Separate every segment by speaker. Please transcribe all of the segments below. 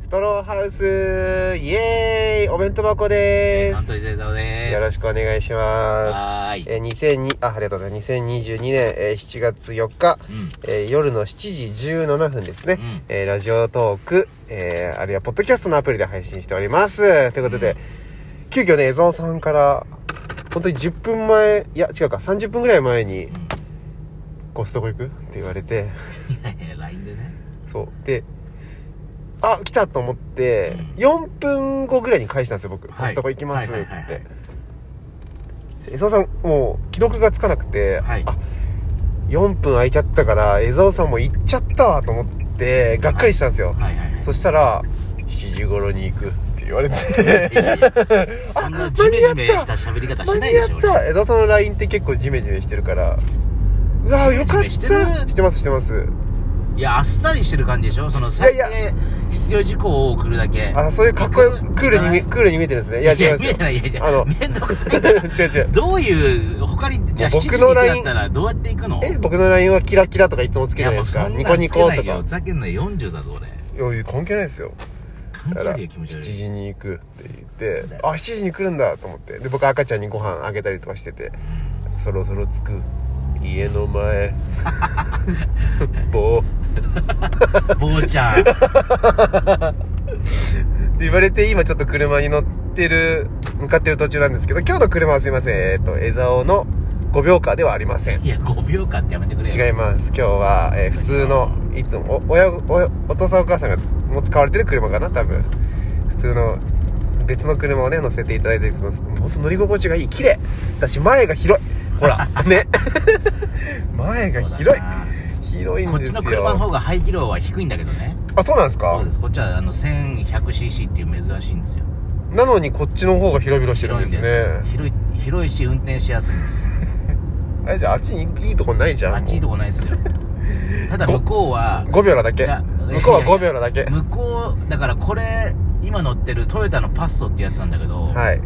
Speaker 1: ストローハウスイエーイお弁当箱で
Speaker 2: アン
Speaker 1: す、
Speaker 2: トニー・ゼザです。
Speaker 1: よろし
Speaker 2: く。
Speaker 1: くお願いしま
Speaker 2: はー
Speaker 1: す
Speaker 2: い。
Speaker 1: えー2002あありがとうございます2022年、えー7月4日、
Speaker 2: うん。
Speaker 1: えー夜の7時17分ですね、
Speaker 2: うん
Speaker 1: えーラジオトーク、えーあるいはポッドキャストのアプリで配信しておりますということで、
Speaker 2: うん
Speaker 1: 急遽ね江澤さんから本当に10分前いや違うか30分ぐらい前にコストコ行くって言われて
Speaker 2: いやいや、LINE でね。
Speaker 1: そうであ来たと思って、4分後ぐらいに返したんですよ僕、
Speaker 2: はい
Speaker 1: コストコ行きますって、
Speaker 2: はいはいはいはい
Speaker 1: 江澤さんもう既読がつかなくて、
Speaker 2: はい
Speaker 1: あ4分空いちゃったから江澤さんも行っちゃったわと思ってがっかりしたんですよ、
Speaker 2: はいはいはい。
Speaker 1: そしたら7時頃に行くって言われて
Speaker 2: いやいやそんなジメジメした喋り方し
Speaker 1: 間
Speaker 2: ない
Speaker 1: に
Speaker 2: で
Speaker 1: 合
Speaker 2: しょ。
Speaker 1: った 江澤さんの LINE って結構ジメジメしてるからうわーよかっ
Speaker 2: ジメジメ
Speaker 1: た
Speaker 2: してる
Speaker 1: してますしてます
Speaker 2: 俺いや、あっさりしてる感じでしょ。その最
Speaker 1: いやい
Speaker 2: 低必要事項を送るだけ。
Speaker 1: あそういうかっこよくクールに見
Speaker 2: はい
Speaker 1: クールに見えてるんですねいや違います
Speaker 2: 見え
Speaker 1: よ
Speaker 2: てない、いやいや
Speaker 1: あの
Speaker 2: めんどくさいから。
Speaker 1: 違う違う
Speaker 2: どういう、他に、じゃあ7
Speaker 1: もう
Speaker 2: 時
Speaker 1: 僕
Speaker 2: に
Speaker 1: の
Speaker 2: だ
Speaker 1: LINE
Speaker 2: ったらどうやって行くの
Speaker 1: え僕の LINE はキラキラとかいつもつ
Speaker 2: い
Speaker 1: けるじゃ
Speaker 2: や
Speaker 1: ないで
Speaker 2: もう
Speaker 1: す
Speaker 2: そ
Speaker 1: か
Speaker 2: ん
Speaker 1: ニ
Speaker 2: な
Speaker 1: コ
Speaker 2: ん
Speaker 1: ニ
Speaker 2: つけ
Speaker 1: コ
Speaker 2: な
Speaker 1: と
Speaker 2: いよ。
Speaker 1: か
Speaker 2: ふざけんなよ、40だぞ俺。
Speaker 1: いやいや関係ないですよ
Speaker 2: 関
Speaker 1: だ
Speaker 2: 係
Speaker 1: から
Speaker 2: ないよ、気持ち
Speaker 1: 7
Speaker 2: 悪い。
Speaker 1: 時に行くって言ってあ7時に来るんだと思ってで僕赤ちゃんにご飯あげたりとかしててそろそろ着く家の 前棒っ
Speaker 2: 坊ちゃん。
Speaker 1: て言われて今ちょっと車に乗ってる向かってる途中なんですけど今日の車はすいませんえっ、と江沢の5秒間ではありません
Speaker 2: いや、5秒間ってやめてくれよ。
Speaker 1: 違います今日は、えー普通のいつもお親おお父さんお母さんがもう使われてる車かな多分普通の別の車をね乗せていただいてるんですけど本当乗り心地がいい綺麗だし前が広いほ らね 前が広い広いん
Speaker 2: こっ
Speaker 1: で
Speaker 2: ちの
Speaker 1: す
Speaker 2: 車の
Speaker 1: よ
Speaker 2: 方が排気量は低いんだけどね
Speaker 1: あそうなんですか
Speaker 2: そうですこっちはあの 1100cc っていう珍しいんですよ
Speaker 1: なのにこっちの方が広々してるん
Speaker 2: 広
Speaker 1: で
Speaker 2: いん
Speaker 1: す
Speaker 2: で
Speaker 1: ね
Speaker 2: す広い広いし運転しやすいんです
Speaker 1: あれじゃああっちに行くいいとこないじゃん
Speaker 2: あっちいいとこないですよただ向こうは
Speaker 1: 5秒なだけ
Speaker 2: いや
Speaker 1: 向こうは5秒なだけ
Speaker 2: 向こうだからこれ今乗ってるトヨタのパッソってやつなんだけど、
Speaker 1: はい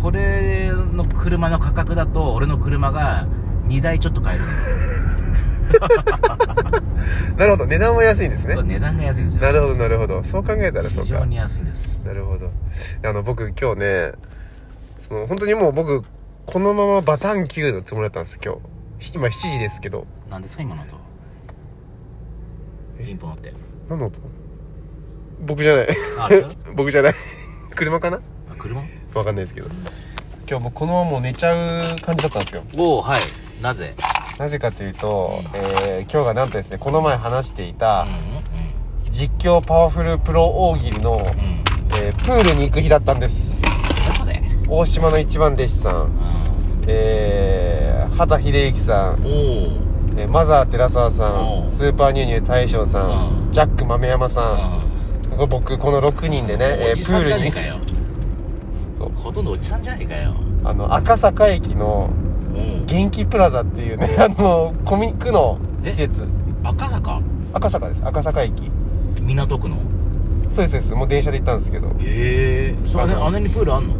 Speaker 2: これの車の価格だと俺の車が2台ちょっと買える、
Speaker 1: なるほど値段は安いんですね
Speaker 2: そう値段が安いんですよ
Speaker 1: なるほどなるほどそう考えたらそうか
Speaker 2: 非常に安いんです
Speaker 1: なるほどあの僕今日ねその本当にもう僕このままバタンキューのつもりだったんです今日ひ今7時ですけど
Speaker 2: 何ですか今の音ピンポンって
Speaker 1: 何の音僕じゃない
Speaker 2: あ違う
Speaker 1: 僕じゃない 車かな
Speaker 2: あ車
Speaker 1: わかんないですけど今日もうこのままもう寝ちゃう感じだったんですよ
Speaker 2: おおはいなぜ
Speaker 1: なぜかというと、えー今日がなんとですねこの前話していた
Speaker 2: うんう
Speaker 1: 実況パワフルプロ大喜利の、
Speaker 2: んうん
Speaker 1: えープールに行く日だったんです
Speaker 2: それ
Speaker 1: 大島の一番弟子さんえー、畑秀之さん
Speaker 2: うんおお
Speaker 1: えーマザー寺澤さ
Speaker 2: うん
Speaker 1: んスーパーニューニュー大将さん
Speaker 2: うん
Speaker 1: ジャック豆山さんこれ僕この6人でね、え
Speaker 2: お
Speaker 1: ー
Speaker 2: じ
Speaker 1: プ
Speaker 2: さ
Speaker 1: ー
Speaker 2: んじゃ
Speaker 1: ル
Speaker 2: ねえ
Speaker 1: に
Speaker 2: かよ
Speaker 1: そう
Speaker 2: ほとんどおじさんじゃねえかよ
Speaker 1: あの赤坂駅の
Speaker 2: うん
Speaker 1: 元気プラザっていうねあのコミックの施設
Speaker 2: 赤坂
Speaker 1: 赤坂です赤坂駅
Speaker 2: 港区の
Speaker 1: そうですそうですもう電車で行ったんですけど
Speaker 2: ええー、それ
Speaker 1: あの
Speaker 2: あれにプールあんの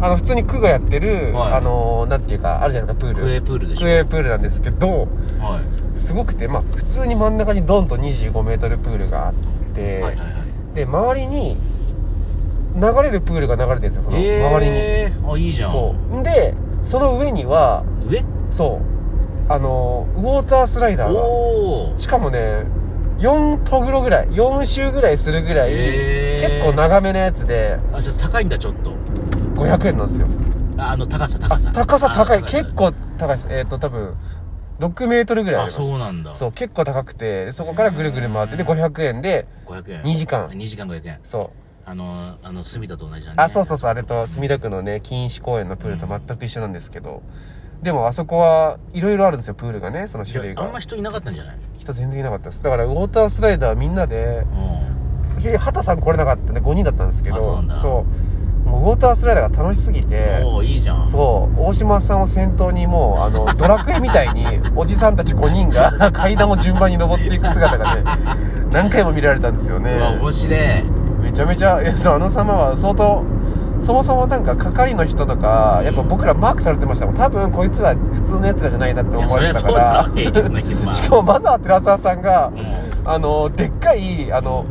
Speaker 1: あの普通に区がやってる、
Speaker 2: はい
Speaker 1: あのーなんていうかあるじゃないですかプール
Speaker 2: クエプールでしょ
Speaker 1: クエプールなんですけど
Speaker 2: は
Speaker 1: すごくてまあ普通に真ん中にドンと2 5メートルプールがあって、
Speaker 2: いはいはいはい
Speaker 1: で周りに流れるプールが流れてるんですよその
Speaker 2: えー
Speaker 1: 周りに、
Speaker 2: あいいじゃん
Speaker 1: そうでその上には
Speaker 2: 上
Speaker 1: そうあのウォータースライダーが
Speaker 2: おお
Speaker 1: しかもね4トグロぐらい4周ぐらいするぐらい、
Speaker 2: へー
Speaker 1: 結構長めのやつで
Speaker 2: あじゃあ高いんだちょっと
Speaker 1: 500円なんですよ
Speaker 2: ああの高さ高さ
Speaker 1: 高さ高い
Speaker 2: あ
Speaker 1: 結構高いですえっ、と多分6メートルぐらいあ
Speaker 2: あ
Speaker 1: ります
Speaker 2: そうなんだ
Speaker 1: そう結構高くてでそこからぐるぐる回ってで500円で
Speaker 2: 500円
Speaker 1: 2時間
Speaker 2: 2時間500円
Speaker 1: そう
Speaker 2: あのあの隅田と同じだね
Speaker 1: あそうそうそうあれと墨田区のね錦糸公園のプールと全く一緒なんですけど、でもあそこはいろいろあるんですよプールがねその
Speaker 2: じゃ
Speaker 1: 種類
Speaker 2: ああんま
Speaker 1: が
Speaker 2: 人いなかったんじゃない
Speaker 1: 人全然いなかったですだからウォータースライダーみんなで
Speaker 2: う
Speaker 1: 結局畑さん来れなかったんで5人だったんですけど
Speaker 2: あそうなんだ
Speaker 1: そうもうウォータースライダーが楽しすぎて
Speaker 2: んおおいいじゃん
Speaker 1: そう大島さんを先頭にもうあ のドラクエみたいにおじさんたち5人が階段を順番に登っていく姿がね何回も見られたんですよね
Speaker 2: うわ面白い
Speaker 1: めちゃめちゃいやそうあの様は相当そもそもなんか係の人とかやっぱ僕らマークされてましたもん多分こいつら普通のやつらじゃないなって
Speaker 2: いや
Speaker 1: 思
Speaker 2: そ
Speaker 1: わ
Speaker 2: り
Speaker 1: れ
Speaker 2: ゃ
Speaker 1: てたか
Speaker 2: そうだ
Speaker 1: ら
Speaker 2: ろ平日の昼間
Speaker 1: しかもマザー寺澤さんが
Speaker 2: うん
Speaker 1: あのでっかいあの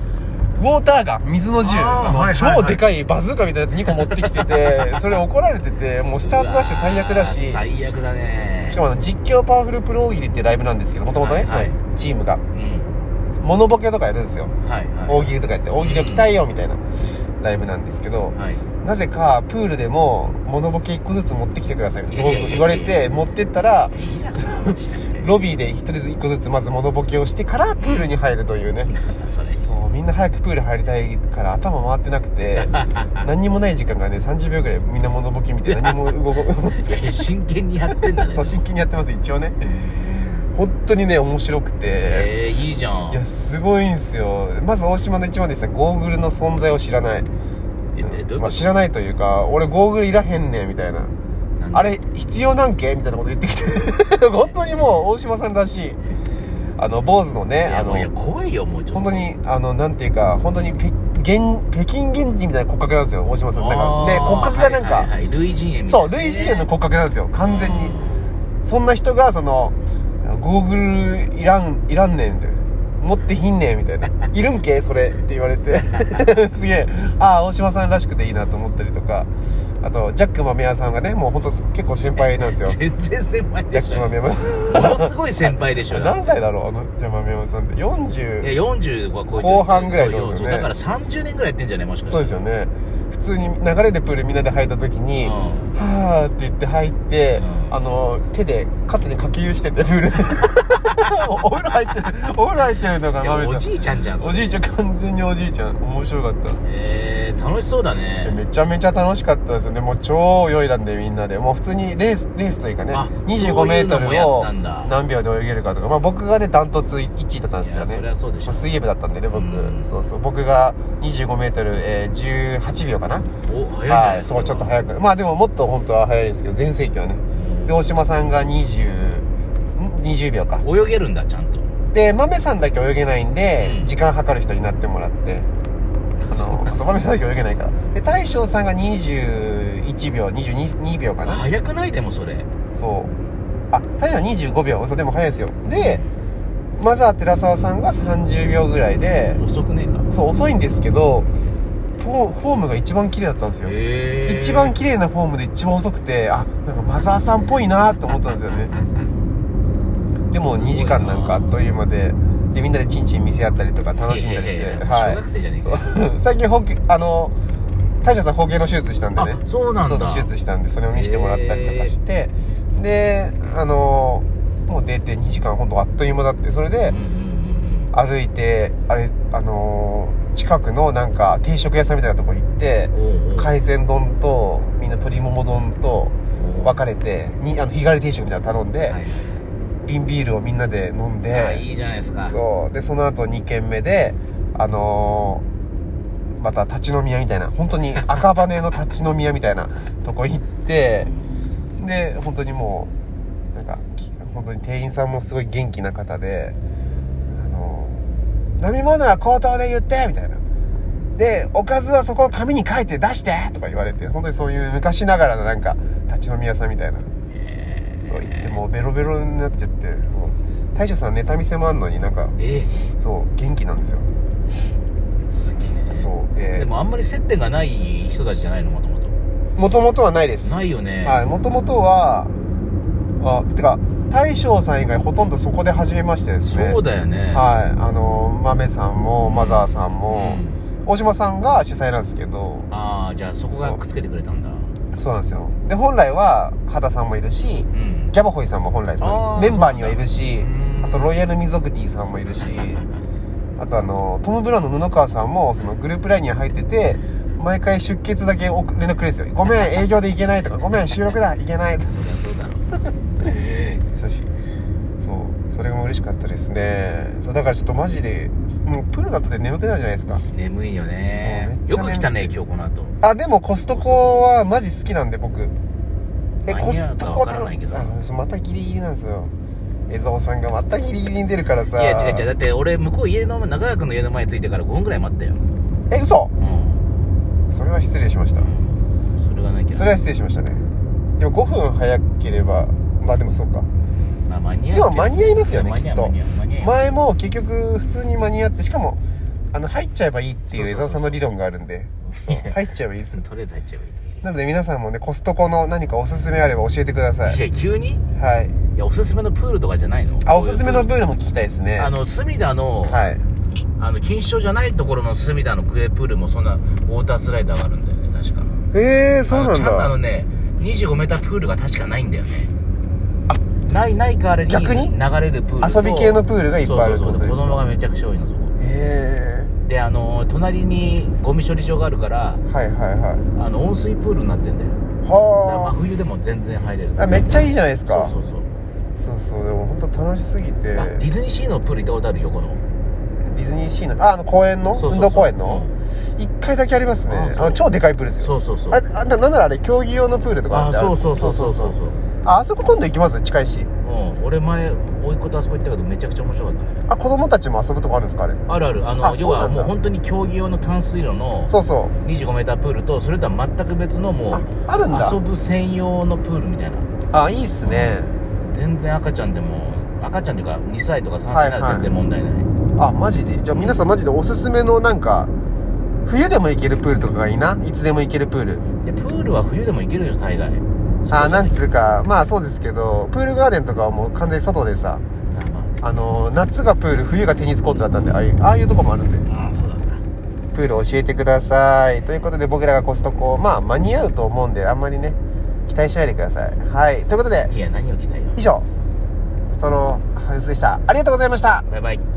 Speaker 1: ウォーターガン水の銃
Speaker 2: あー
Speaker 1: あの
Speaker 2: はいはいはい
Speaker 1: 超でかいバズーカみたいなやつ2個持ってきて てそれ怒られててもうスタートダッシュ最悪だ
Speaker 2: うわー
Speaker 1: し
Speaker 2: 最悪だね
Speaker 1: しかもあの実況パワフルプロ大喜利っていうライブなんですけどもともとね、
Speaker 2: はいはい
Speaker 1: そのチームが
Speaker 2: うん
Speaker 1: モノボケとかやるんですよ
Speaker 2: はいは
Speaker 1: 大喜利とかやって大喜利を鍛えようみたいなライブなんですけど
Speaker 2: いはい
Speaker 1: なぜかプールでもモノボケ1個ずつ持ってきてくださいって言われて持ってったら
Speaker 2: いいなそんなことしなくて
Speaker 1: ロビーで1人ずつ1個ずつまずモノボケをしてからプールに入るというね
Speaker 2: なんだそれ
Speaker 1: そうみんな早くプール入りたいから頭回ってなく て何にもない時間がね30秒ぐらいみんなモノボケ見て何も動こ
Speaker 2: いやいや真剣にやってんだね
Speaker 1: そう真剣にやってます一応ね本当にね面白くて
Speaker 2: えー、いいじゃん
Speaker 1: いやすごいんですよまず大島の一番ですねゴーグルの存在を知らない
Speaker 2: えどういうこと
Speaker 1: まあ、知らないというか俺ゴーグルいらへんねんみたいな
Speaker 2: なんで
Speaker 1: あれ必要なんけみたいなこと言ってきて 本当にもう大島さんらしいあの坊主のね
Speaker 2: いや
Speaker 1: あ
Speaker 2: も
Speaker 1: の
Speaker 2: ういや怖いよもうちょっ
Speaker 1: 本
Speaker 2: と
Speaker 1: 当にあのなんていうか本当に北現北京原人みたいな骨格なんですよ大島さんだからで骨格がなんか、
Speaker 2: はいはいはい類人猿みたい
Speaker 1: そ
Speaker 2: な
Speaker 1: う
Speaker 2: ね
Speaker 1: 類人猿の骨格なんですよ完全に
Speaker 2: うん
Speaker 1: そんな人がそのゴーグルいらんいらんねんみたいな持ってひんねんみたいな「いるんけそれ」って言われて すげえああ大島さんらしくていいなと思ったりとかあとジャック豆屋さんがねもう本当結構先輩なんですよ
Speaker 2: 全然先輩
Speaker 1: ジャ
Speaker 2: で
Speaker 1: ッ
Speaker 2: し
Speaker 1: ク
Speaker 2: ょ
Speaker 1: 豆屋さ ん
Speaker 2: ものすごい先輩でしょ
Speaker 1: 何歳だろうあのジャ豆山さんって40
Speaker 2: いや45は超えてる
Speaker 1: 後半ぐらいってことですよね
Speaker 2: そうだから30年ぐらいやってんじゃないもしかし
Speaker 1: そうですよね普通に流れるプールみんなで入った時に「
Speaker 2: うん
Speaker 1: はーって言って入って、
Speaker 2: うん
Speaker 1: あの手で肩にかき湯しててプール お風呂入ってるお風呂入ってるのが
Speaker 2: いや
Speaker 1: 豆
Speaker 2: お
Speaker 1: さん
Speaker 2: じいちゃんじゃんそれ
Speaker 1: おじいちゃん完全におじいちゃん面白かった
Speaker 2: えー、楽しそうだ
Speaker 1: で
Speaker 2: ね
Speaker 1: めちゃめちゃ楽しかったですねもう超泳いだんでみんなでもう普通にレースレースというかね
Speaker 2: あ
Speaker 1: 2
Speaker 2: そ
Speaker 1: 5
Speaker 2: う
Speaker 1: メ
Speaker 2: いう
Speaker 1: ート
Speaker 2: のも
Speaker 1: ル
Speaker 2: やっ
Speaker 1: を
Speaker 2: たんだ
Speaker 1: 何秒で泳げるかとか、まあ、僕がねダントツ1位だったんですけど
Speaker 2: いや
Speaker 1: ね
Speaker 2: そりゃそうでし
Speaker 1: ま
Speaker 2: ょ
Speaker 1: あ水泳部だったんでね僕、
Speaker 2: うん
Speaker 1: そうそう僕が2 5メートル、えー、18秒かな
Speaker 2: お早いね
Speaker 1: はい、そうちょっと早くまあでももっと本当は早いんですけど全盛期はねで大島さんが20ん20秒か
Speaker 2: 泳げるんだちゃんと
Speaker 1: で豆さんだけ泳げないんで、
Speaker 2: うん
Speaker 1: 時間計る人になってもらってあのそう豆さんだけ泳げないからで大将さんが21秒22秒かな
Speaker 2: 早くないでもそれ
Speaker 1: そうあ大将さん25秒そうでも早いですよでマザー寺澤さんが30秒ぐらいで
Speaker 2: 遅くねえか
Speaker 1: そう遅いんですけどフォフォームが一番綺麗だったんですよ
Speaker 2: へえ
Speaker 1: 一番綺麗なフォームで一番遅くてあなんかマザーさんっぽいなと思ったんですよねでも
Speaker 2: すごいな
Speaker 1: 2時間なんかあっという間ででみんなでチンチン見せ合ったりとか楽しんだりし
Speaker 2: いやいやい
Speaker 1: て
Speaker 2: や小学生じゃねえか
Speaker 1: はい 最近包茎あの大将さん包茎の手術したんでね
Speaker 2: あそうなんだ
Speaker 1: そうそう手術したんでそれを見せてもらったりとかしてであのもう出て2時間ほんとあっという間だってそれで
Speaker 2: うんうん
Speaker 1: 歩いてあれあの近くのなんか定食屋さんみたいなとこ行って
Speaker 2: うんうんおうおう
Speaker 1: 海鮮丼とみんな鶏もも丼と
Speaker 2: おう
Speaker 1: 分かれてにあの日帰り定食みたいなの頼んで、
Speaker 2: はい
Speaker 1: 瓶ビールをみんなで飲ん
Speaker 2: あ
Speaker 1: で
Speaker 2: いいじゃないですか
Speaker 1: そうでその後2軒目であのーまた立ち飲み屋みたいな本当に赤羽の立ち飲み屋みたいなとこ行ってで本当にもうなんかき本当に店員さんもすごい元気な方で「あのー飲み物は口頭で言って」みたいな。で、おかずはそこを紙に書いて出してとか言われて、本当にそういう昔ながらのなんか、立ち飲み屋さんみたいな。
Speaker 2: えー
Speaker 1: そう言って、もうベロベロになっちゃって、もう、大将さんネタ見せもあんのになんか、
Speaker 2: え
Speaker 1: そう元気なんですよ
Speaker 2: ーすげえ
Speaker 1: そうで
Speaker 2: でもあんまり接点がない人たちじゃないのもともと
Speaker 1: もともとはないです
Speaker 2: ないよね
Speaker 1: はいもともとはあてか大将さん以外ほとんどそこで初めましてですね
Speaker 2: そうだよね
Speaker 1: はいあの豆さんもマザーさんも、
Speaker 2: うん
Speaker 1: 大島さんが主催なんですけど
Speaker 2: ああじゃあそこがくっつけてくれたんだ
Speaker 1: そうなんですよで本来は畑さんもいるし
Speaker 2: うん
Speaker 1: ギャバホイさんも本来その
Speaker 2: あー
Speaker 1: メンバーにはいるし
Speaker 2: そうなん
Speaker 1: あ
Speaker 2: だ
Speaker 1: とロイヤルミゾグティさんもいるしあとあのトム・ブラウンの布川さんもそのグループラインには入ってて毎回出血だけ送連絡くれるんですよ「ごめん営業で行けない」とか「ごめん収録だ行けない」とか
Speaker 2: そりゃ そうだろう
Speaker 1: そうしそうそれも嬉しかったですねそうだからちょっとマジでもうプールだとで眠くなるじゃないですか
Speaker 2: 眠いよね
Speaker 1: そ
Speaker 2: よ
Speaker 1: うめ
Speaker 2: く
Speaker 1: っちゃ眠い
Speaker 2: 来たね今日この後
Speaker 1: あでもコストコはマジ好きなんで僕え
Speaker 2: 間
Speaker 1: コ
Speaker 2: に合
Speaker 1: ス
Speaker 2: うか
Speaker 1: ト
Speaker 2: わ
Speaker 1: コ
Speaker 2: からないけど
Speaker 1: あまたギリギリなんですよ江蔵さんがまたギリギリに出るから
Speaker 2: い
Speaker 1: さ
Speaker 2: や違う違うだって俺向こう家の前中川君の家の前着いてから5分ぐらい待ったよ
Speaker 1: え嘘
Speaker 2: うん
Speaker 1: それは失礼しました
Speaker 2: それがないけど
Speaker 1: それは失礼しましたねでも5分早ければまあでもそうか
Speaker 2: まあ間に合う
Speaker 1: でも間に合いますよね
Speaker 2: いや間に合
Speaker 1: きっ
Speaker 2: う
Speaker 1: と
Speaker 2: 間に合う間に合う
Speaker 1: 前も結局普通に間に合ってしかもあの入っちゃえばいいっていう江澤さんの理論があるんで
Speaker 2: そうそうそう
Speaker 1: 入っちゃえばいいです
Speaker 2: とりあえず入っちゃえばいい
Speaker 1: なので皆さんもねコストコの何かおすすめあれば教えてくださ
Speaker 2: い
Speaker 1: い
Speaker 2: や急にい
Speaker 1: はい
Speaker 2: やおすすめのプールとかじゃないの
Speaker 1: あおすすめのプールも聞きたいですね
Speaker 2: あの隅田の,、
Speaker 1: はい
Speaker 2: あの錦糸町じゃないところの隅田のクエプールもそんなウォータースライダーがあるんだよね確か
Speaker 1: ええそうな
Speaker 2: あの
Speaker 1: ん
Speaker 2: ちゃんとあの
Speaker 1: だ
Speaker 2: ね 25m プールが確かないんだよねないないからに
Speaker 1: 逆に
Speaker 2: 流れるプールと
Speaker 1: 遊び系のプールがいっぱいあるってことですか
Speaker 2: そうそうそう子供がめちゃくちゃ多いのそこ
Speaker 1: え
Speaker 2: であの隣にゴミ処理場があるから
Speaker 1: えはいはいはい
Speaker 2: あの温水プールになってんだよだから
Speaker 1: は
Speaker 2: 真冬でも全然入れる
Speaker 1: ああめっちゃいいじゃないですか
Speaker 2: そうそうそう、
Speaker 1: そうそうでも本当楽しすぎて
Speaker 2: あディズニーシーのプール行ったことある横の
Speaker 1: ディズニーシーのああの公園の
Speaker 2: そうそうそう
Speaker 1: 運動公園の一回だけありますね
Speaker 2: あそう
Speaker 1: あの超でかいプールです
Speaker 2: そ
Speaker 1: よ
Speaker 2: うそうそう
Speaker 1: あれあんたなんならあれ競技用のプールとか
Speaker 2: あ
Speaker 1: ってある
Speaker 2: そうそうそうそうそうそう
Speaker 1: ああそこ今度行きます近いし
Speaker 2: うん俺前甥いっ子とあそこ行ったけどめちゃくちゃ面白かったね
Speaker 1: あ子供たちも遊ぶとこあるんですかあれ
Speaker 2: あるあるあの
Speaker 1: あ
Speaker 2: 要
Speaker 1: そうな
Speaker 2: は
Speaker 1: んだ
Speaker 2: もう本当に競技用の淡水路の
Speaker 1: そうそう
Speaker 2: 25メータープールとそれとは全く別のも
Speaker 1: あ
Speaker 2: う
Speaker 1: あるんだ
Speaker 2: 遊ぶ専用のプールみたいな
Speaker 1: あいいっすね
Speaker 2: 全然赤ちゃんでも赤ちゃんというか2歳とか3歳な
Speaker 1: はいは
Speaker 2: ら
Speaker 1: い
Speaker 2: 全然問題ない、
Speaker 1: あマジでじゃあ皆さんマジでおすすめのなんか冬でも行けるプールとかがいいないつでも行けるプール
Speaker 2: でプールは冬でも行けるでしょ大概
Speaker 1: あなんつ
Speaker 2: う
Speaker 1: うかまあそうですけどプールガーデンとかはもう完全に外でさあの夏がプール冬がテニスコートだったんでああいうああいうとこもあるんで
Speaker 2: ああそうだな
Speaker 1: プール教えてくださいということで僕らがコストコまあ間に合うと思うんであんまりね期待しないでくださいはいということで
Speaker 2: いや何を着たいよ
Speaker 1: 以上ストローハウスでしたありがとうございました
Speaker 2: バイバイ